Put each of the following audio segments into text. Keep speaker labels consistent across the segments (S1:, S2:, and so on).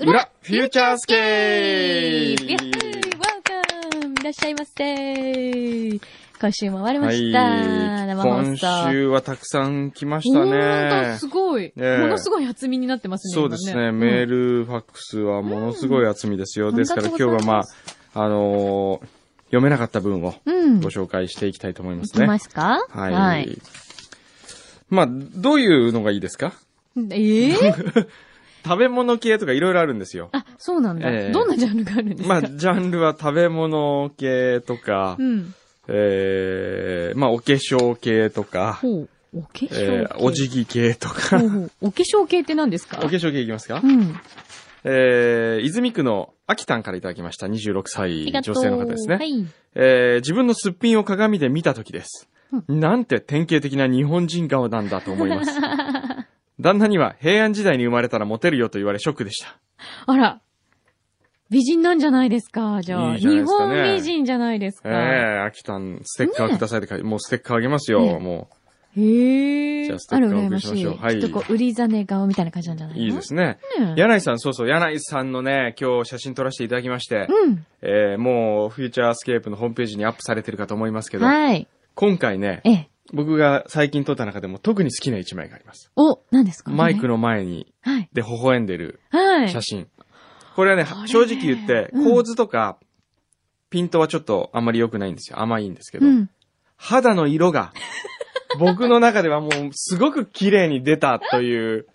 S1: ューチャースケ
S2: イェーイ
S1: ー
S2: !Welcome! いらっしゃいませ今週も終わりま
S1: は
S2: した。
S1: い。
S2: 生放送。
S1: 今週はたくさん来ました
S2: 本当
S1: ね。
S2: すごい、
S1: ええ
S2: ものすごい厚みになってますね。
S1: そうですね。
S2: 今
S1: メール、ファックスはものすごい厚みですよ。
S2: うん
S1: ですから今日はまあ、あのー読めなかった分を
S2: うん。
S1: ご
S2: ご
S1: 紹介していきたいと思いま
S2: い
S1: す
S2: き
S1: ね。
S2: ますか
S1: はい。まあ、どういうのがいいですか
S2: ええ
S1: 食べ物系とかいろいろあるんですよ。
S2: あ、そうなんだ、
S1: ええ
S2: どんなジャンルがあるんですか、
S1: まあ、ジャンルは食べ物系とか、
S2: うん。
S1: えー、まあ、お化粧系とか、
S2: ほう。お化粧系、
S1: えー、お辞儀系と か
S2: ほう、ほうお化粧系って何ですか
S1: お化粧系いきますか
S2: うん。
S1: えー、泉区の秋田んからいただきました。26
S2: あ
S1: 歳
S2: りがとう。
S1: 女性の方ですね。
S2: はい。
S1: えー、自分のすっぴんを鏡で見た時です。
S2: う
S1: なんて典型的な日本人顔なんだと思います。 旦那には平安時代に生まれたらモテるよと言われショックでした。
S2: あら。美人なんじゃないですかじゃあ
S1: いいじゃない
S2: 日
S1: ですかね
S2: 本美人じゃないですか。
S1: えー、秋田んステッカーくださいって書いて、もうステッカーあげます
S2: ね
S1: よ、も
S2: へえ。
S1: じゃあステッカー
S2: ら
S1: を
S2: 羨
S1: お送
S2: ま
S1: りしま
S2: しい。
S1: しょうは
S2: き
S1: い。
S2: っとこう、売り金顔みたいな感じなんじゃないうの
S1: いいですね。
S2: ね
S1: 柳井さん、そうそう、柳井さんのね、今日写真撮らせていただきまして、
S2: うん。
S1: えー、もう、フューチャースケープのホームページにアップされてるかと思いますけど、
S2: はい。
S1: 今回ね、
S2: ええ。
S1: 僕が最近撮った中でも特に好きな一枚があります。
S2: お、何ですか
S1: マイク
S2: の。
S1: の前に、
S2: はい。
S1: で、微笑んでる
S2: はい
S1: 写。真。これはね、
S2: これね
S1: 正直言って、
S2: うん
S1: 構図とか、ピントはちょっとあんまり良くないんですよ。甘いんですけど、
S2: うん。
S1: 肌の 色が、僕の中ではもう、すごく綺麗に出たという、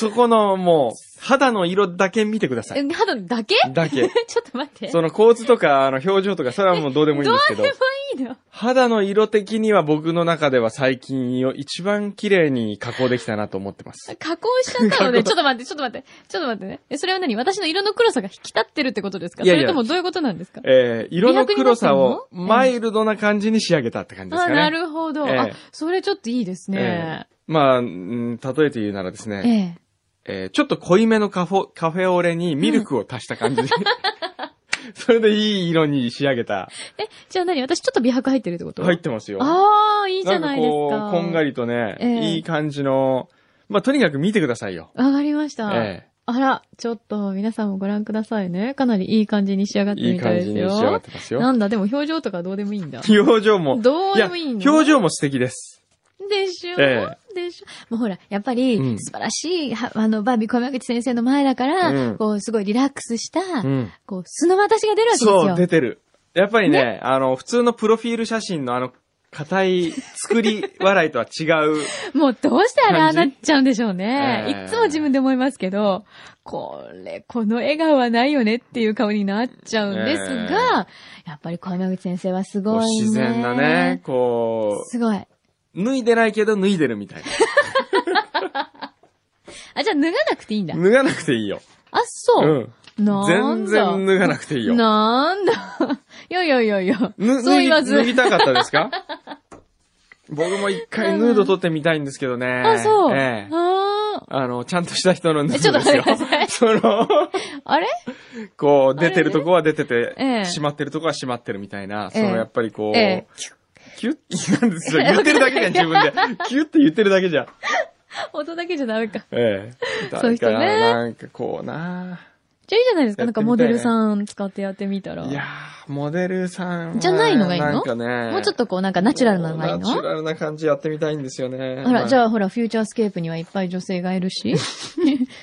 S1: そこのもう、肌の色だけ見てください。
S2: え肌だけ
S1: だけ。
S2: ちょっと待って。
S1: その構図とか、あの、表情とか、それはもうどうでもいいんですけど、
S2: いいの
S1: 肌の色的には僕の中では最近よ一番綺麗に加工できたなと思ってます。
S2: 加工しちゃったの
S1: 加
S2: で、
S1: 工
S2: ちょっと待って、ちょっと待って、ちょっと待ってね。え、それは何私の色の黒さが引き立ってるってことですか
S1: いやいや
S2: それともどういうことなんですか
S1: えー、色の黒さを
S2: 美白になってんの
S1: マイルドな感じに仕上げたって感じです
S2: あ、
S1: かね。
S2: なるほど。
S1: ええ
S2: あ、それちょっといいですね。
S1: まあ、うん例えて言うならですね、
S2: ええ。
S1: えーちょっと濃いめのカフォカフェオレにミルクを足した感じで、 それでいい色に仕上げた。
S2: え、じゃあ何私ちょっと美白入ってるってこと
S1: 入ってますよ。
S2: ああ、いいじゃないですか。
S1: なんかこう、こんがりとね、
S2: ええ
S1: いい感じの、まあ、とにかく見てくださいよ。
S2: わかりました。
S1: え
S2: あら、ちょっと皆さんもご覧くださいね。かなりいい感じに仕上がって
S1: えいい
S2: みたいで
S1: 感
S2: す
S1: じ
S2: よ。
S1: に仕上がってますよ。
S2: なんだ、でも表情とかどうでもいいんだ。
S1: 表情も。
S2: どう
S1: い
S2: で
S1: や、
S2: もいいんだ。
S1: 表情も素敵です。
S2: でしょ、
S1: え
S2: でしょもうほら、やっぱり、
S1: うん
S2: 素晴らしい、はあの、バービー小山口先生の前だから、
S1: うん
S2: こう、すごいリラックスした、
S1: うん。
S2: こう、素の私が出るわけですよ。
S1: そう、出てる。やっぱりね、あの、普通のプロフィール写真のあの、硬い作り笑いとは違う。
S2: もうどうしてあれああ
S1: 感じ
S2: なっちゃうんでしょうね。
S1: ええ
S2: いつも自分で思いますけど、これ、この笑顔はないよねっていう顔になっちゃうんですが、
S1: え
S2: やっぱり小山口先生はす
S1: こ
S2: ご
S1: う
S2: いね。
S1: 自然なね、。こ
S2: すごい。
S1: う、脱いでないけど脱いでるみたい
S2: あ、じゃあ脱がなくていいんだ
S1: な。。脱がなくていいよ。
S2: あ、そう。
S1: ん。
S2: なん
S1: 全
S2: だ。
S1: 然脱がなくていいよ。ぬ
S2: なんだ。 いやいやいやいや。そう
S1: 脱ぎ
S2: 言わず
S1: 脱。ぎたかったで すか僕も一回ヌード撮ってみたいんですけどね。
S2: あ、そう。
S1: ええ
S2: あ
S1: あの、ちゃんとした人のヌ
S2: ー
S1: ー
S2: ちょ
S1: ド
S2: っと
S1: で
S2: 待
S1: す
S2: ってく。
S1: よ
S2: ださい。
S1: その、
S2: あれ
S1: こう、出てるとこは出てて、
S2: ええ
S1: 閉まってるとこは閉まってるみたいな、
S2: ええ
S1: そのやっぱりこう、
S2: ええ
S1: キュッ、キュッ、なんですよ。言ってるだけじゃん、自分で。キュッって言ってるだけじゃん。
S2: 音だけじゃダメか。
S1: ええ。
S2: そういう人ね
S1: だからなんかこうな
S2: じゃあいいじゃないですか。
S1: や
S2: なんか
S1: ってみたいね
S2: モデルさん使ってやってみたら。
S1: いやー、モデルさんは。
S2: じゃないのがいいの
S1: なんかね。
S2: もうちょっ
S1: と
S2: とこうなんかナチュラルなのがいい
S1: ナチュ
S2: の
S1: ラルな感じやってみたいんですよね。
S2: あ
S1: ま
S2: ら、じゃあほら、フューチャースケープにはいっぱい女性がいるし。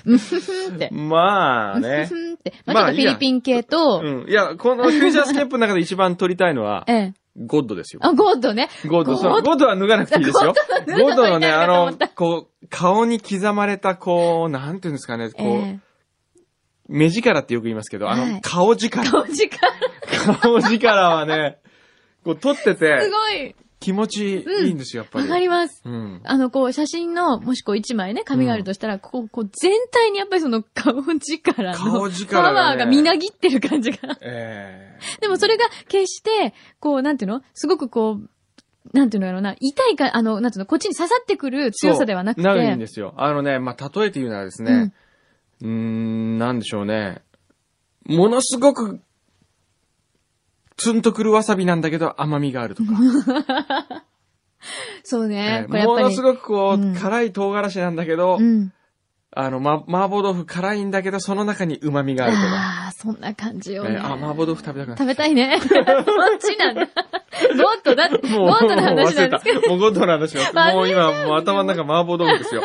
S2: うんふふんって。
S1: まあ
S2: うん
S1: ね
S2: ふ。ふんって。ま
S1: まあ
S2: あちょっとフィリピン系と、
S1: うん。いや、このフューチャースケープの中で一番撮りたいのは
S2: え、え。
S1: ゴッドですよ。
S2: あ、ゴッドね。
S1: ゴッ
S2: ゴッ
S1: ド、
S2: ド
S1: そうゴッドは脱がなくていいですよ。
S2: ゴ
S1: ゴッ
S2: ッ
S1: ド
S2: ド
S1: の
S2: の
S1: ね、
S2: ね脱
S1: あ
S2: がな
S1: の
S2: くて、
S1: こう、顔に刻まれた、こう、なんていうんですかね、こう、
S2: ええ。
S1: 目力ってよく言いますけど、あの、
S2: はい
S1: 顔力。
S2: 顔時間。
S1: 顔力はね、こう、撮って
S2: す
S1: て、
S2: ごい。
S1: 気持ちいいんですよ、やっぱ
S2: わ
S1: り。
S2: かります。
S1: うん。
S2: あの、こう、写真の、もしこう一枚ね、紙があるとしたら、こう、こう、全体にやっぱりその顔力の、
S1: 顔力が
S2: パ
S1: ね
S2: ワーがみなぎってる感じが。
S1: え
S2: でもそれが決して、こう、なんていうのすごくこう、なんていうのやろうな、痛いか、あの、なんていうの、こっちに刺さってくる
S1: え
S2: 強さではなくて。
S1: そうないんですよ。あのね、まあ、例えて言うならですね、うーん、なんでしょうね。ものすごく、ツンとくるわさびなんだけど甘みがあるとか。
S2: そうね。
S1: えー
S2: これやっ
S1: も
S2: ぱ
S1: の
S2: り
S1: す。ごくこう、
S2: うん
S1: 辛い唐辛子なんだけど、
S2: うん。
S1: あの、ま、麻婆豆腐辛いんだけど、その中に旨味があるとか。
S2: ああ、そんな感じよね。
S1: ねあ、麻婆豆腐食べたくな
S2: 食べたいね。そっちなんだ。ゴッドだって、
S1: もう、
S2: ゴッドの
S1: もう
S2: 話
S1: 忘
S2: な
S1: れ
S2: んで
S1: た
S2: すけど。。
S1: もうゴッド の話は、もう今、
S2: ね
S1: もう頭の中麻婆豆腐で すよ。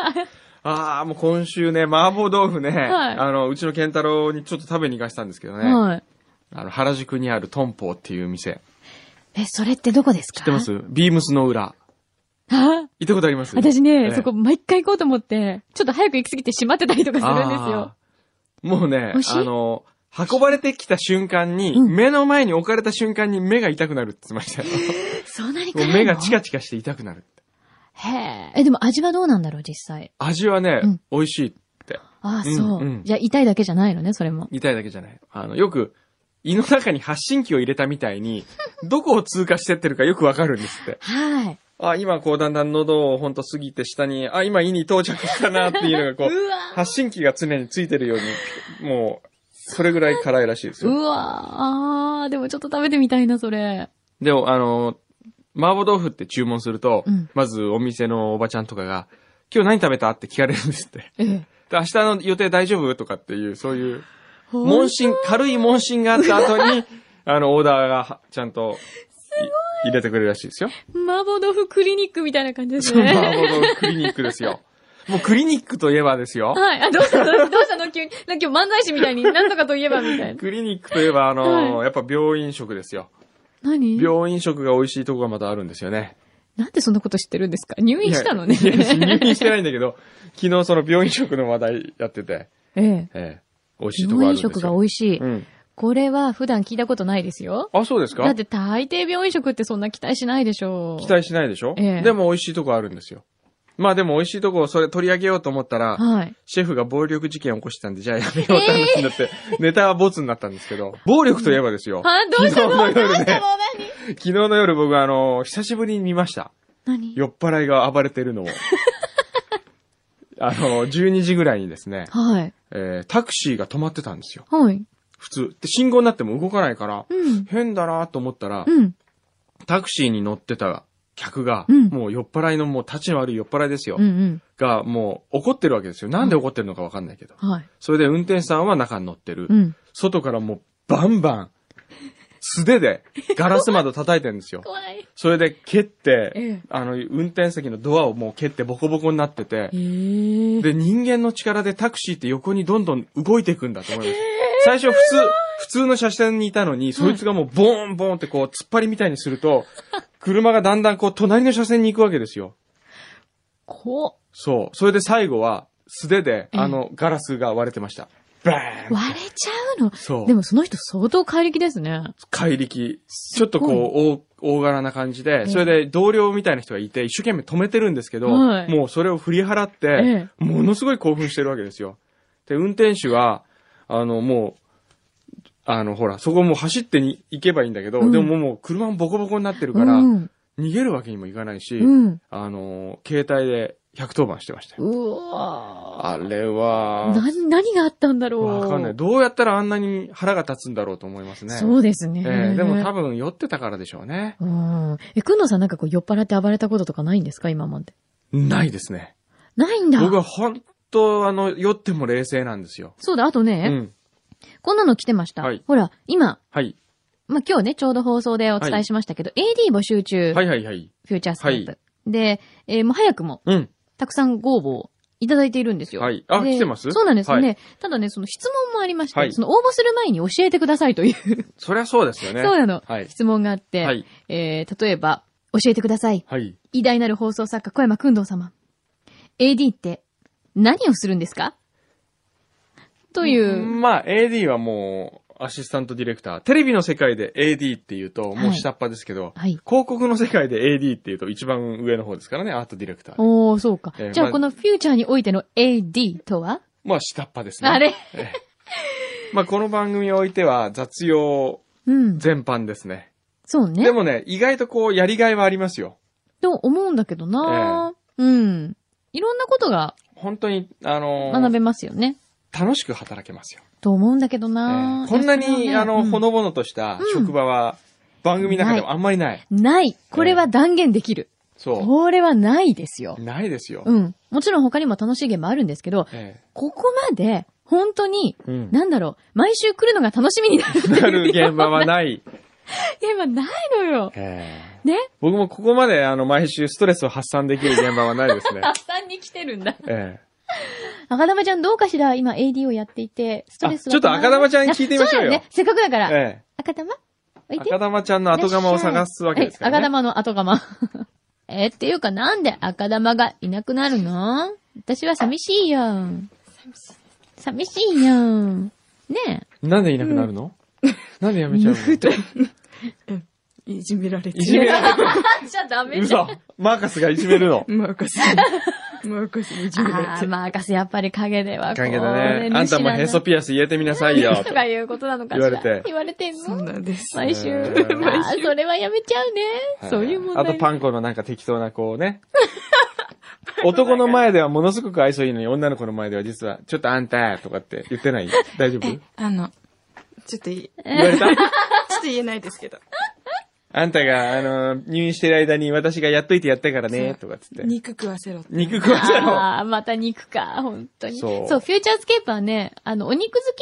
S1: ああ、もう今週ね、麻婆豆腐ね、
S2: はい
S1: あの、うちの健太郎にちょっと食べに行かしたんですけどね、
S2: はい。
S1: あの、原宿にあるトンポーっていう店。
S2: え、それってどこですか
S1: 知ってますビームスの裏。
S2: あ
S1: 行ったことあります
S2: 私
S1: ええ
S2: ね、そこ毎回行こうと思って、ちょっと早く行きすぎて閉まってたり とかするんですよ。
S1: あーもうね
S2: 美味しい
S1: あの、運ばれてきた瞬間に、
S2: うん
S1: 目の前に置かれた瞬間に目が痛くなるって言ってましたよ。
S2: そんなに
S1: も
S2: 辛
S1: う
S2: いの
S1: 目がチカチカして痛くなる。
S2: へえ。え、でも味はどうなんだろう、実際。
S1: 味はね、
S2: うん
S1: 美味しい。
S2: ああ、
S1: うん
S2: そう、
S1: うん
S2: じゃあ痛いだけじゃないのね、それも。
S1: 痛いだけじゃない。あの、よく、胃の中に発信器を入れたみた いに、どこを通過してってるかよくわかるんですって。
S2: はい。
S1: あ、今こうだんだん喉をほんと過ぎて下に、あ、今胃に到着したなっていうのがこう、
S2: うわ
S1: 発信器が常についてるように、もう、それぐらい辛いらしいです
S2: ー
S1: よ
S2: う。わーあー、でもちょっと食べてみたいな、それ。
S1: でも、あの、麻婆豆腐って注文すると、
S2: うん
S1: まずお店のおばちゃんとかが、今日何食べたって聞かれるんですって。
S2: ええ。
S1: で明日の予定大丈夫とかっていう、そういう、問診、軽い問診があった後 に、あの、オーダーがちゃんとい、入れてくれるらしいですよ。
S2: 麻婆豆腐クリニックみたいな感じです
S1: そう、麻
S2: ね。
S1: 婆豆腐クリニックですよ。もうクリニックといえばですよ。
S2: はい。あ、どうしたのどうしたの急に。なんか今日漫才師みたいに、なんとかといえばみたいな。
S1: クリニックといえば、あの、
S2: は
S1: やっぱ病院食ですよ。
S2: 何
S1: 病院食が美味しいとこがまたあるんですよね。
S2: なんでそんなこと知ってるんですか入院したのね。
S1: いやいや入院してないんだけど、昨日その病院食の話題やってて、
S2: ええ。
S1: ええ、美味しいとこ
S2: 病
S1: あるん
S2: 院
S1: ですよ。
S2: 食が美味しい。
S1: うん。
S2: これは普段聞いたことないですよ。
S1: あ、そうです
S2: だっ
S1: か
S2: て大抵病院食ってそんな期待しないでしょう。
S1: 期待しないでしょ、
S2: ええ
S1: でも美味しいとこあるんですよ。まあでも美味しいとこをそれ取り上げようと思ったら、
S2: はい。
S1: シェフが暴力事件を起こしたんで、じゃあやめようって話になって、ネタはボツになったんです けど、暴力といえばですよ。
S2: あ、どうした
S1: 昨
S2: の
S1: 日
S2: ど
S1: の
S2: うした
S1: 夜
S2: の
S1: ね、
S2: 何
S1: 昨日の夜僕あの、久しぶりに見ました。
S2: 何
S1: 酔っ払いが暴れて るのを。あの、12時ぐらいにですね、
S2: はい。
S1: えータクシーが止まってたんですよ。
S2: はい。
S1: 普通。で、信号になっても動かないから、
S2: うん。
S1: 変だなと思ったら、
S2: うん。
S1: タクシーに乗ってた客が、
S2: うん
S1: もう酔っ払いの、もう立ちの悪い酔っ払いですよ。
S2: うんうん。
S1: が、もう怒ってるわけですよ。なんで怒ってるのかわかんないけど。
S2: はい。
S1: それで運転手さんは中に乗ってる。
S2: うん。
S1: 外からもうバンバン、素手でガラス窓叩いてるん ですよ。
S2: 怖い。
S1: それで蹴って、
S2: ええ
S1: あの、運転席のドアをもう蹴ってボコボコになってて
S2: え、え。
S1: で、人間の力でタクシーって横にどんどん動いていくんだと思いました。最初普通、普通の車線にいたのに、そいつがもうボーンボーンってこう突っ張りみたいにすると、車がだんだんこう隣の車線に行くわけですよ。
S2: こ
S1: そう。それで最後は素手で、
S2: ええ
S1: あの、ガラスが割れてました。バー
S2: う。
S1: ン
S2: 割れちゃうの
S1: そう。
S2: でもその人相当怪力ですね。
S1: 怪力。ち
S2: ご
S1: ょ
S2: い
S1: っとこう、大、大柄な感じで、
S2: え
S1: それで同僚みたいな人がいて、一生懸命止めてるんですけど、
S2: はい
S1: もうそれを振り払って、
S2: え
S1: ものすごい興奮してるわけですよ。で、運転手は、あの、もう、あの、ほら、そこもう走ってに行けばいいんだけど、
S2: うん
S1: でももう車もボコボコになってる
S2: う
S1: から、
S2: ん。
S1: 逃げるわけにもいかないし、
S2: うん。
S1: あの、携帯で110番してましたよ。
S2: うわ
S1: あれ
S2: ー
S1: は、
S2: な、何があったんだろう。
S1: わかんない。どうやったらあんなに腹が立つんだろうと思いますね。
S2: そうですね。
S1: ええでも多分酔ってたからでしょうね。
S2: うん。え、くんのさんなんかこう酔っ払って暴れたこととかないんですか今まで。
S1: ないですね。
S2: ないんだ。
S1: 僕は本当、あの、酔っても冷静なんですよ。
S2: そうだ、あと
S1: う
S2: ね、
S1: ん。
S2: こんなの来てました。
S1: はい
S2: ほら、今、
S1: はい。
S2: まあ、今日ね、ちょうど放送でお伝えしましたけど、AD 募集中、
S1: はいはいはい。
S2: フューチャースケープ。
S1: は
S2: で、えーもう早くも、
S1: うん。
S2: たくさんご応募をいただいているんですよ。
S1: はいあ
S2: で
S1: 来てます
S2: そうなんですよね。
S1: は
S2: ただね、その質問もありまして、
S1: はい
S2: その応募する前に教えてくださいという、
S1: そりゃそうですよ ね。
S2: そうなの、
S1: はい。
S2: 質問があって、
S1: はい。
S2: えー例えば、教えてください。
S1: はい。
S2: 偉大なる放送作家、小山くんどう様。AD って、何をするんですかという、
S1: まあ、AD はもう、アシスタントディレクター。テレビの世界で AD って言うと、もう下っ端ですけど、
S2: はい。
S1: 広告の世界で AD って言うと一番上の方ですからね、アートディレクター。
S2: おー、そうか
S1: えー。
S2: じゃ
S1: ま
S2: あ、
S1: あ
S2: このフューチャーにおいての AD とは
S1: まあ、下っ端ですね。
S2: あれ
S1: まあ、この番組においては、雑用
S2: うん。
S1: 全般ですね。
S2: そう
S1: で
S2: ね。
S1: もね、意外とこう、やりがいはありますよ。
S2: と思うんだけどなうん。いろんなことが
S1: 本当に、あのー
S2: 学べますよね。
S1: 楽しく働けますよ。
S2: と思うんだけど
S1: え
S2: な
S1: ーこんなに、あの、ほ
S2: の、
S1: のぼのとした
S2: うん
S1: 職場は、番組の中でもあんまりない。
S2: ない。これは断言できる。
S1: そ
S2: これはないですよ
S1: う。。ないですよ。
S2: うん。もちろん他にも楽しいゲームあるんですけど、
S1: え
S2: ここまで、本当に、
S1: えうん
S2: なんだろう、毎週来るのが楽しみになる。
S1: なる現場はない。
S2: ゲームはないのよ。
S1: ええ
S2: ね
S1: 僕もここまであの毎週ストレスを発散できる現場はないですね。
S2: たくさんに来てるんだ。
S1: ええ
S2: 赤玉ちゃんどうかしら今 AD をやっていて、ストレスは
S1: あちょっと赤玉ちゃんに聞いてみましょうよ
S2: あそだね。せっかくだから。
S1: え
S2: 赤玉お
S1: え
S2: いで。
S1: 赤玉ちゃんの後釜を探すわけですから、ね。
S2: はい、赤玉の後釜。 え、っていうかなんで赤玉がいなくなるの私は寂しいよ。寂しいよ。ねえ。
S1: なんでいなくなるの、なんでやめちゃうの
S3: いじめられて
S1: いじめられてる。
S2: あ、じゃあダメ
S1: 嘘マーカスがいじめるの。
S3: マーカスに。マーカスにいじめら
S2: あ
S3: れ
S2: あ、
S3: てる。
S2: マーカスやっぱり影ではこう。
S1: 関係だね。あんたもヘソ
S2: ピ
S1: ピアス入れてみなさいよ。
S2: と
S1: と
S2: かいうことなのかしら。
S1: 言われて
S2: 言われてんの
S3: そうなんです。
S2: 毎週。
S1: え
S2: あ
S1: ー
S2: ーそれはやめちゃうね。そういう問題。
S1: あとパン粉のなんか適当なこうね。 男の前ではものすごく愛想いいのに、女の子の前では実は、ちょっとあんたとかって言ってない大丈夫言
S3: あの、ちょっとい、ちょっ
S1: われた
S3: と言えないですけ ど。
S1: あんたが、あの、入院してる間に私がやっといてやったからね、とかっつって。
S3: 肉食わせろって。
S1: 肉食わせろ。
S2: ああ、また肉か、本当に。
S1: そ
S2: そううフューチャースケープはね、あの、お肉好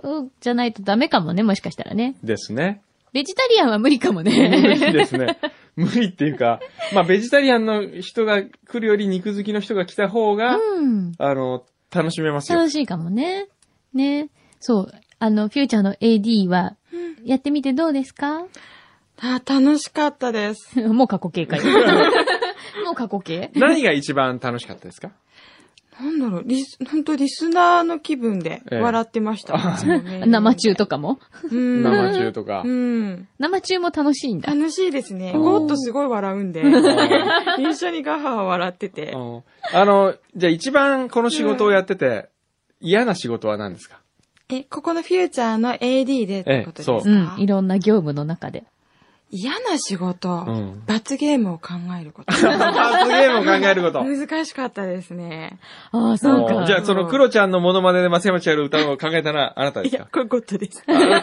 S2: きな人じゃないとダメかもね、もしかしたらね。
S1: ですね。
S2: ベジタリアンは無理かも
S1: 無理
S2: ね。
S1: ですね。無理っていうか、まあ、ベジタリアンの人が来るより肉好きの人が来た方が、
S2: うん。
S1: あの、楽しめますよ
S2: 楽。しいかもね。ね。そう。あの、フューチャーの AD は、やってみてどうですか
S3: あー、楽しかったです。
S2: もう過去形かよ。 もう過去形
S1: 何が一番楽しかったですか
S3: なんだろう、リス、本当リスナーの気分で
S1: ええ
S3: 笑ってました。
S1: あ
S3: いつもね
S2: 生中とかも。
S3: うん。
S1: 生中とか
S3: う。ん。
S2: 生中も楽しいんだ。
S3: 楽しいですね。
S1: おー
S3: ゴーッとすごい笑うん で、一緒にガハハ笑ってて。
S1: うんあの、じゃあ一番この仕事をやってて、嫌な仕事は何ですか
S3: え、ここのフューチャーの AD でってことですか、
S1: ええ
S2: う
S1: そ
S2: ん。いろんな業務の中で。
S3: 嫌な仕事、
S1: うん
S3: 罰ゲームを考える こと。
S1: 罰ゲームを考えること。
S3: 難しかったですね。
S2: ああ、そう
S1: うん
S2: か。
S1: じゃあその黒ちゃんのモノマネで松山千春歌うのを考えたのはあなたで
S3: い
S1: す
S3: や
S1: か、
S3: これゴッドです。
S2: あ、ゴッドメー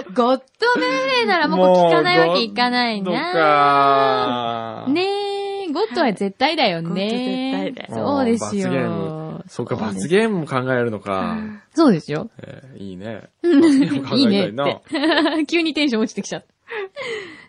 S2: レーならもうこう聞かないわけいかない
S1: どっ
S2: な。
S1: か。
S2: ねえ、ゴッドは絶対だよね。
S3: はいゴッド絶対だよ
S2: そうです
S1: 罰ゲー
S2: よ
S1: ム。そうか、罰ゲームも考えるのか。
S2: そうですよ。
S1: えーいいね。罰ゲーム考えた
S2: いいねっ
S1: な
S2: て。急にテンション落ちてきちゃった。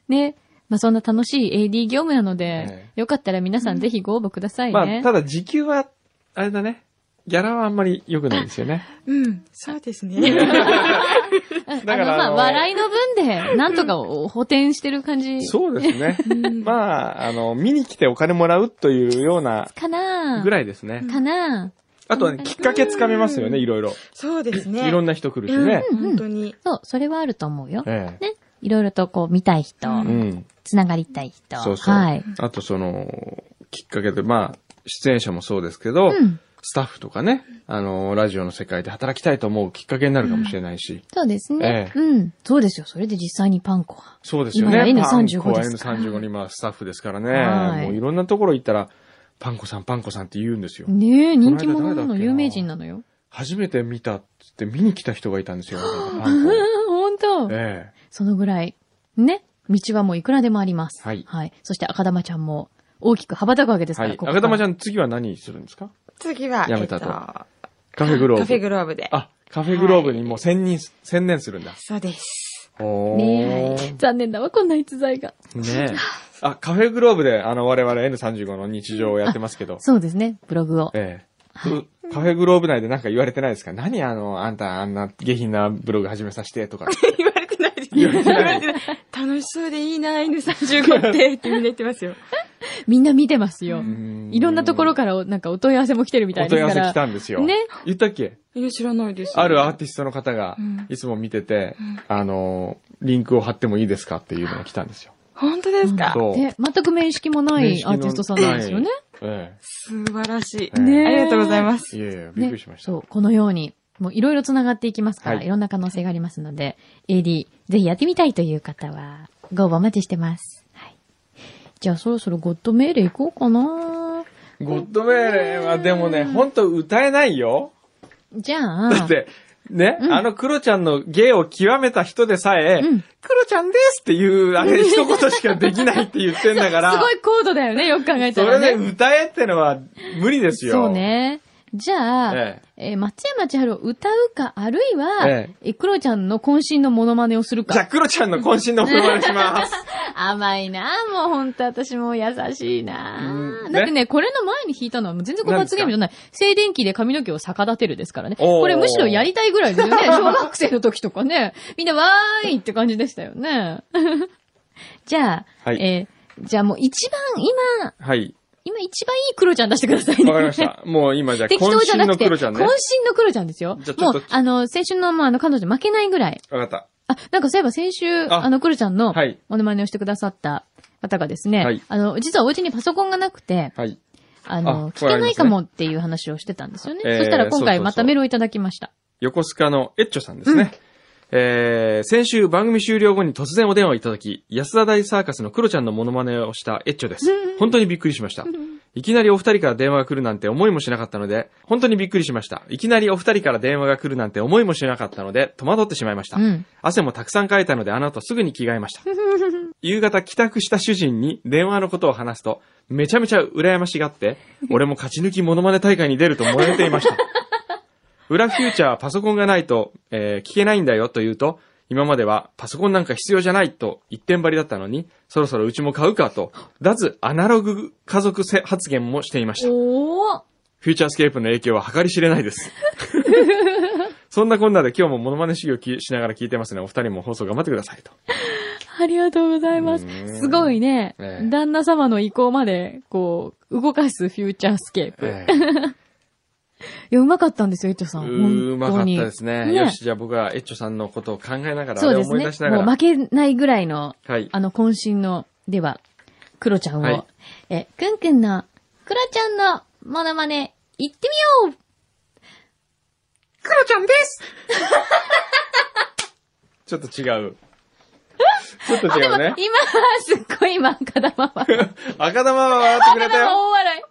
S2: ね。まあ、そんな楽しい AD 業務なので
S1: え、
S2: よかったら皆さんぜひご応募ください
S1: まあ、
S2: ね。
S1: ただ時給は、あれだね。ギャラはあんまり良くないですよね。
S3: うん、そうですね。
S2: うん
S1: だ
S2: あの、
S1: から
S2: ま
S1: あ
S2: あ、
S1: の
S2: 笑いの分で、なんとかお補填してる感じ。
S1: そうですね。
S3: うん
S1: まあ、あの、見に来てお金もらうというような
S2: かな
S1: ぐ
S2: い。
S1: らいですね。
S2: かな
S1: あとはね、きっかけつかめますよね、いろいろ。
S3: そうですね。
S1: いろんな人来るしね。
S3: 本当に。
S2: そう、それはあると思うよ。
S1: え
S2: ね。いろいろとこう、見たい人。
S3: う
S1: え。うん。
S2: つながりたい人。
S1: そうそう。
S2: はい。
S1: あとその、きっかけで、まあ、出演者もそうですけど、
S2: うん。
S1: スタッフとかね、あの、ラジオの世界で働きたいと思うきっかけになるかもしれないし。
S2: そうですね
S1: え。え
S2: うん。そうですよ。それで実際にパン粉は。
S1: そうですよ
S2: 今
S1: ね。
S2: N35
S1: パンコは
S2: ですから
S1: N35 に今スタッフですから
S2: は
S1: ね。
S2: い
S1: もういろんなところ行ったら、パンコさん、パンコさんって言うんですよ。
S2: ねえ、
S1: この
S2: 人
S1: 間
S2: 気者な
S1: 誰だっ
S2: の、
S1: けな
S2: 有名人なのよ。
S1: 初めて見たっつって見に来た人がいたんですよ。パンコ
S2: ほんと
S1: え
S2: そのぐらい。ね。道はもういくらでもあります。
S1: はい
S2: はい。そして赤玉ちゃんも大きく羽ばたくわけで
S1: え。
S2: すか
S1: は
S2: ら、
S1: い。赤玉ち
S2: ゃん。
S1: ゃん次は何するんですか
S3: 次は、
S1: やめたと
S3: えっと
S1: カフェグローブ。
S3: カフェグローブで。
S1: あ、カフェグローブにもう専任、専念するんだ。
S3: そうです。
S1: おー
S2: ねえ。残念だわ、こんな逸材が。
S1: ねえ。あ、カフェグローブで、あの、我々 N35 の日常をやってますけど。
S2: そうですね、ブログを。
S1: ええ。うカフェグローブ内でなんか言われてないですか何あの、あんたあんな下品なブログ始めさせてとか。
S3: 言われてないです。
S1: 言われてない
S3: 言われてない楽しそうでいいな、N35 って、ってみんな言ってますよ。
S2: みんな見てますよ。 い
S1: い
S2: ろんなところ
S1: か
S2: からおなんかお問い合わせも来てるみた
S1: お
S2: いで
S1: 問
S2: す
S1: い合
S2: か
S1: わせ
S2: ら。
S1: 来たんですよ。
S2: ね。
S1: 言ったっけ
S3: いや、知らないです。
S1: あるアーティストの方が
S3: うん、
S1: いつも見てて、あの、リンクを貼ってもいいですかっていうのが来たんですよ。
S3: 本当ですか
S1: そう。
S2: ね、全く面識もな
S1: 面
S2: い
S1: 識の
S2: アーティストさんなんですよね。。
S1: ないえ
S3: 素晴らしい。
S1: ね
S3: ありがとうございます。
S1: え。いやいや、びっくりしました。
S2: ね、そう、このように、もういろいろ繋がっていきますから、
S1: はい
S2: い、ろんな可能性がありますので、AD、ぜひやってみたいという方は、ご応募お待ちしてます。はい。じゃあそろそろゴッドメール行こうかな
S1: ゴッドメーレはでもね、ほんと歌えないよ。
S2: じゃあ、
S1: だって、ね、あのクロちゃんの芸を極めた人でさえ、
S2: うん
S1: クロちゃんですっていう、あれ一言しかできないって言ってんだから、
S2: すごい高度だよね、よく考えた
S1: そ
S2: ら
S1: れ
S2: ね。
S1: で歌えってのは無理ですよ。
S2: そう。ね。じゃあ、
S1: え
S2: えー松山千春を歌うか、あるいは、
S1: え
S2: えクロちゃんの渾身のモノマネをする
S1: じゃあ、
S2: か。
S1: クロちゃんの渾身のお願いします。
S2: 甘いなもうほんと私も優しいな、
S1: うん
S2: だってね、これの前に弾いたのはもう全然これ罰ゲームじゃない。静電気で髪の毛を逆立てるですからね。
S1: おー
S2: これむしろやりたいぐらい ですよね。小学生の時とかね。みんなわーいって感じでしたよね。 じゃあ、
S1: はい
S2: えーじゃあもう一番、今、
S1: はい。
S2: 今一番いいクロちゃん出してくださいね。
S1: わかりま した。もう今じゃ あ、
S2: 適当じゃ
S1: 渾身
S2: な
S1: の
S2: くて、
S1: クロち
S2: 渾
S1: ゃん
S2: 身
S1: ね。
S2: の黒ちゃんですよ
S1: じゃ。あちょ
S2: も
S1: っと
S2: う、あの、先週の、まあ、あの、彼女負けないぐらい。
S1: わかった。
S2: あ、なんかそういえば先週、
S1: あ
S2: あの、黒ちゃんの
S1: はい、
S2: モノマネをしてくださった方がですね、
S1: はい
S2: あの、実はお家にパソコンがなくて、
S1: はい。
S2: あの、
S1: あ
S2: 聞けないかもっていう話をしてたんですよね。
S1: えー
S2: そしたら今
S1: そうそうそ
S2: 回
S1: う
S2: またメールをいただきました。
S1: 横須賀のエッチョさんですね。えー、先週番組終了後に突然お電話いただき、安田大サーカスのクロちゃんのモノマネをしたエッチョです。本当にびっくりしました。いきなりお二人から電話が来るなんて思いもしなかったので、本当にびっくりしました。いきなりお二人から電話が来るなんて思いもしなかったので、戸惑ってしまいました。
S2: うん
S1: 汗もたくさんかいたので、あの後すぐに着替えました。夕方帰宅した主人に電話のことを話すと、めちゃめちゃ羨ましがって、俺も勝ち抜きモノマネ大会に出ると燃えていました。裏フューチャーはパソコンがないと、えー聞けないんだよと言うと、今まではパソコンなんか必要じゃないと一点張りだったのに、そろそろうちも買うかと、脱アナログ家族せ発言もしていました。
S2: おー
S1: フューチャースケープの影響は計り知れな いです。そんなこんなで今日もモノマネ修行きしながら聞いてますね。お二人も放送頑張ってくださいと。
S2: ありがとうございます
S1: う。ーん
S2: すごいね、
S1: ええ
S2: 旦那様の意向まで、こう、動かすフューチャースケープ。い
S1: えー
S2: や、うまかったんですよ、エッチョさん。本当に
S1: うまかったですね。
S2: ね
S1: よし、じゃあ僕はエッチョさんのことを考えながら、あ
S2: そう
S1: れを
S2: で
S1: 思い出
S2: す
S1: しな
S2: ね。もう
S1: が
S2: 負
S1: ら。
S2: けないぐらいの
S1: はい。
S2: あの、渾身の、では、クロちゃんを、
S1: はい
S2: え、くんくんの、クロちゃんのモノマネ、いってみよう
S1: クロちゃんですちょっと違う。ちょっと違うね。
S2: 今、すっごい今、赤玉は。
S1: 赤玉は笑ってくれ
S2: 赤
S1: た
S2: 玉
S1: よ。
S2: 大笑い。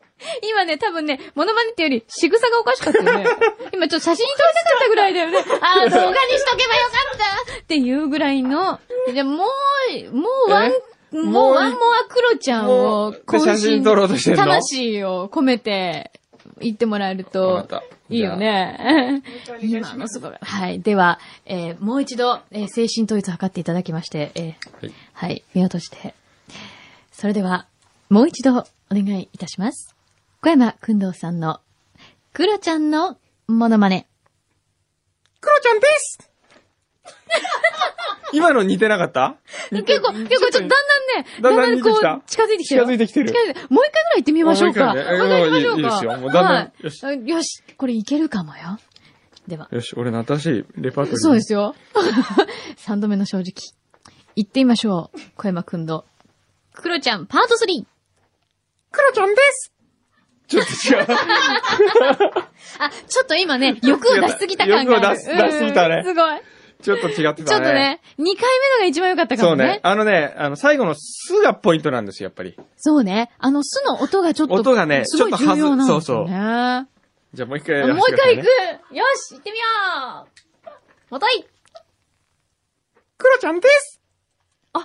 S2: 今ね、多分ね、モノマネっていうより、仕草がおかしかった よね。今ちょっと写真撮りたかったぐらいだよね。ああ、動画にしとけばよかったっていうぐらいの、じゃあもう、もうワン、も
S1: も
S2: う
S1: う
S2: ワンモアクロちゃん
S1: も
S2: を
S1: う、で写真撮ろうとしてんの
S2: 魂を込めて、言ってもらえる
S1: わ
S2: と
S1: かった、
S2: いいよね。
S3: じゃあ
S2: 今のすごい。はい。では、えーもう一度、えー精神統一を図っていただきまして、えー
S1: はい
S2: はい、見落として。それでは、もう一度お願いいたします。小山くんどうさんの、クロちゃんのモノマネ。
S1: クロちゃんです今の似てなかった
S2: 結構、結構ちょっとだんだんね、
S1: だんだん
S2: こう、近
S1: 近
S2: づいてきてる。
S1: 近づいてきてる
S2: 近づいもう一回ぐらい行ってみましょうか。
S1: あ
S2: も
S1: も
S2: う
S1: う
S2: 一
S1: 一
S2: 回行
S1: 回
S2: き
S1: ね
S2: ましょうか。
S1: いいいいですよもうだんだん
S2: はい
S1: よし
S2: よし、これいけるかもよ。では、
S1: よし、俺の新しいレパートリー。
S2: そうで。すよ。 三度目の正直。行ってみましょう。小山くんど。クロちゃん、パート 3!
S1: クロちゃんですちょっと違う。
S2: あ、ちょっと今ね、欲を出しすぎた感がある。
S1: 欲を出す出しすぎたね
S2: うんすごい。
S1: ちょっと違ってたね。
S2: ちょっとね、2回目のが一番良かったか
S1: そ
S2: も
S1: うね
S2: ね。。
S1: あのね、あの、最後のすがポイントなんですよ、やっぱり。
S2: そうね。あの、巣の音がちょっと。
S1: 音がね
S2: すごい
S1: ちょっとは
S2: 重
S1: ず
S2: 要なんですよね。
S1: じゃあもう一回
S2: あ
S1: やら
S2: も
S1: せ
S2: う
S1: て
S2: 一
S1: くだ
S2: 回行
S1: さいね
S2: くよし行ってみようもとい
S1: クロちゃんです
S2: ちょ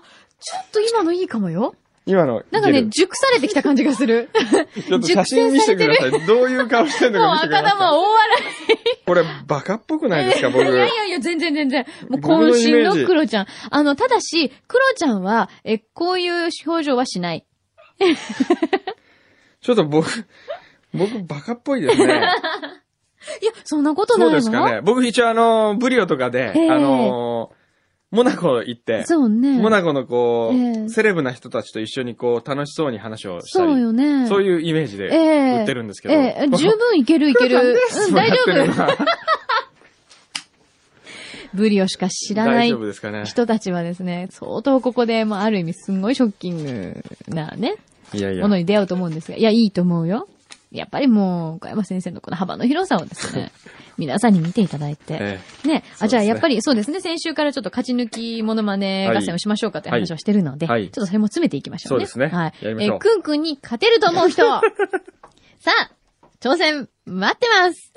S2: っと今のいいかもよ。
S1: 今のいける。
S2: なんかね、熟されてきた感じがする。
S1: ちょっと写真見せてください。どういう顔してんの
S2: もう
S1: か見せて
S2: 赤
S1: ください。
S2: 玉大笑
S1: これ、バカっぽくないですか、
S2: い。い
S1: 僕。
S2: やいやいや、全然全然。もう
S1: 僕のイメージ
S2: 渾身のクロちゃん。あの、ただし、クロちゃんは、え、こういう表情はしない。
S1: ちょっと僕、僕、バカっぽいですね。
S2: いや、 そんなことない
S1: そ
S2: うの
S1: ですかね。僕一応あの、ブリオとかで、
S2: ええ
S1: あの、モナコ行って、
S2: そうね。
S1: モナコのこう、
S2: ええ
S1: セレブな人たちと一緒にこう、楽しそうに話をしたり、
S2: そうよね。
S1: そう
S2: う、
S1: いうイメージで
S2: ええ
S1: 売ってるんですけど。
S2: ええ、 十分いけるいける。うん、大丈夫。
S1: 夫。
S2: ブリオしか知らな
S1: 大
S2: い
S1: 丈夫ですかね。
S2: 人たちはですね、相当ここで、まあ、ある意味すんごいショッキングなね、
S1: いやいや
S2: もの。に出会うと思うんですが、いや、いいと思うよ。やっぱりもう、小山先生のこの幅の広さをです ね、皆さんに見ていただいて。
S1: え
S2: ね。
S1: そうです
S2: あ、
S1: ね
S2: じゃあやっぱりそうですね、先週からちょっと勝ち抜きモノマネ合戦をしましょうかという話をしてるので、
S1: はいはい
S2: ちょっとそれも詰めていきましょうね。
S1: そうですね
S2: はい。
S1: やりましょう
S2: えーくんくんに勝てると思う 人さあ、挑戦待ってます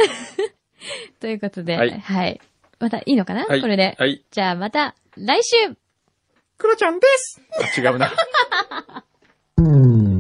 S2: ということで、
S1: は
S2: はいい。またいいのかな、
S1: はい。
S2: これで。
S1: はい。
S2: じゃあまた、来週
S1: クロちゃんですあ、違うな。
S4: Mm.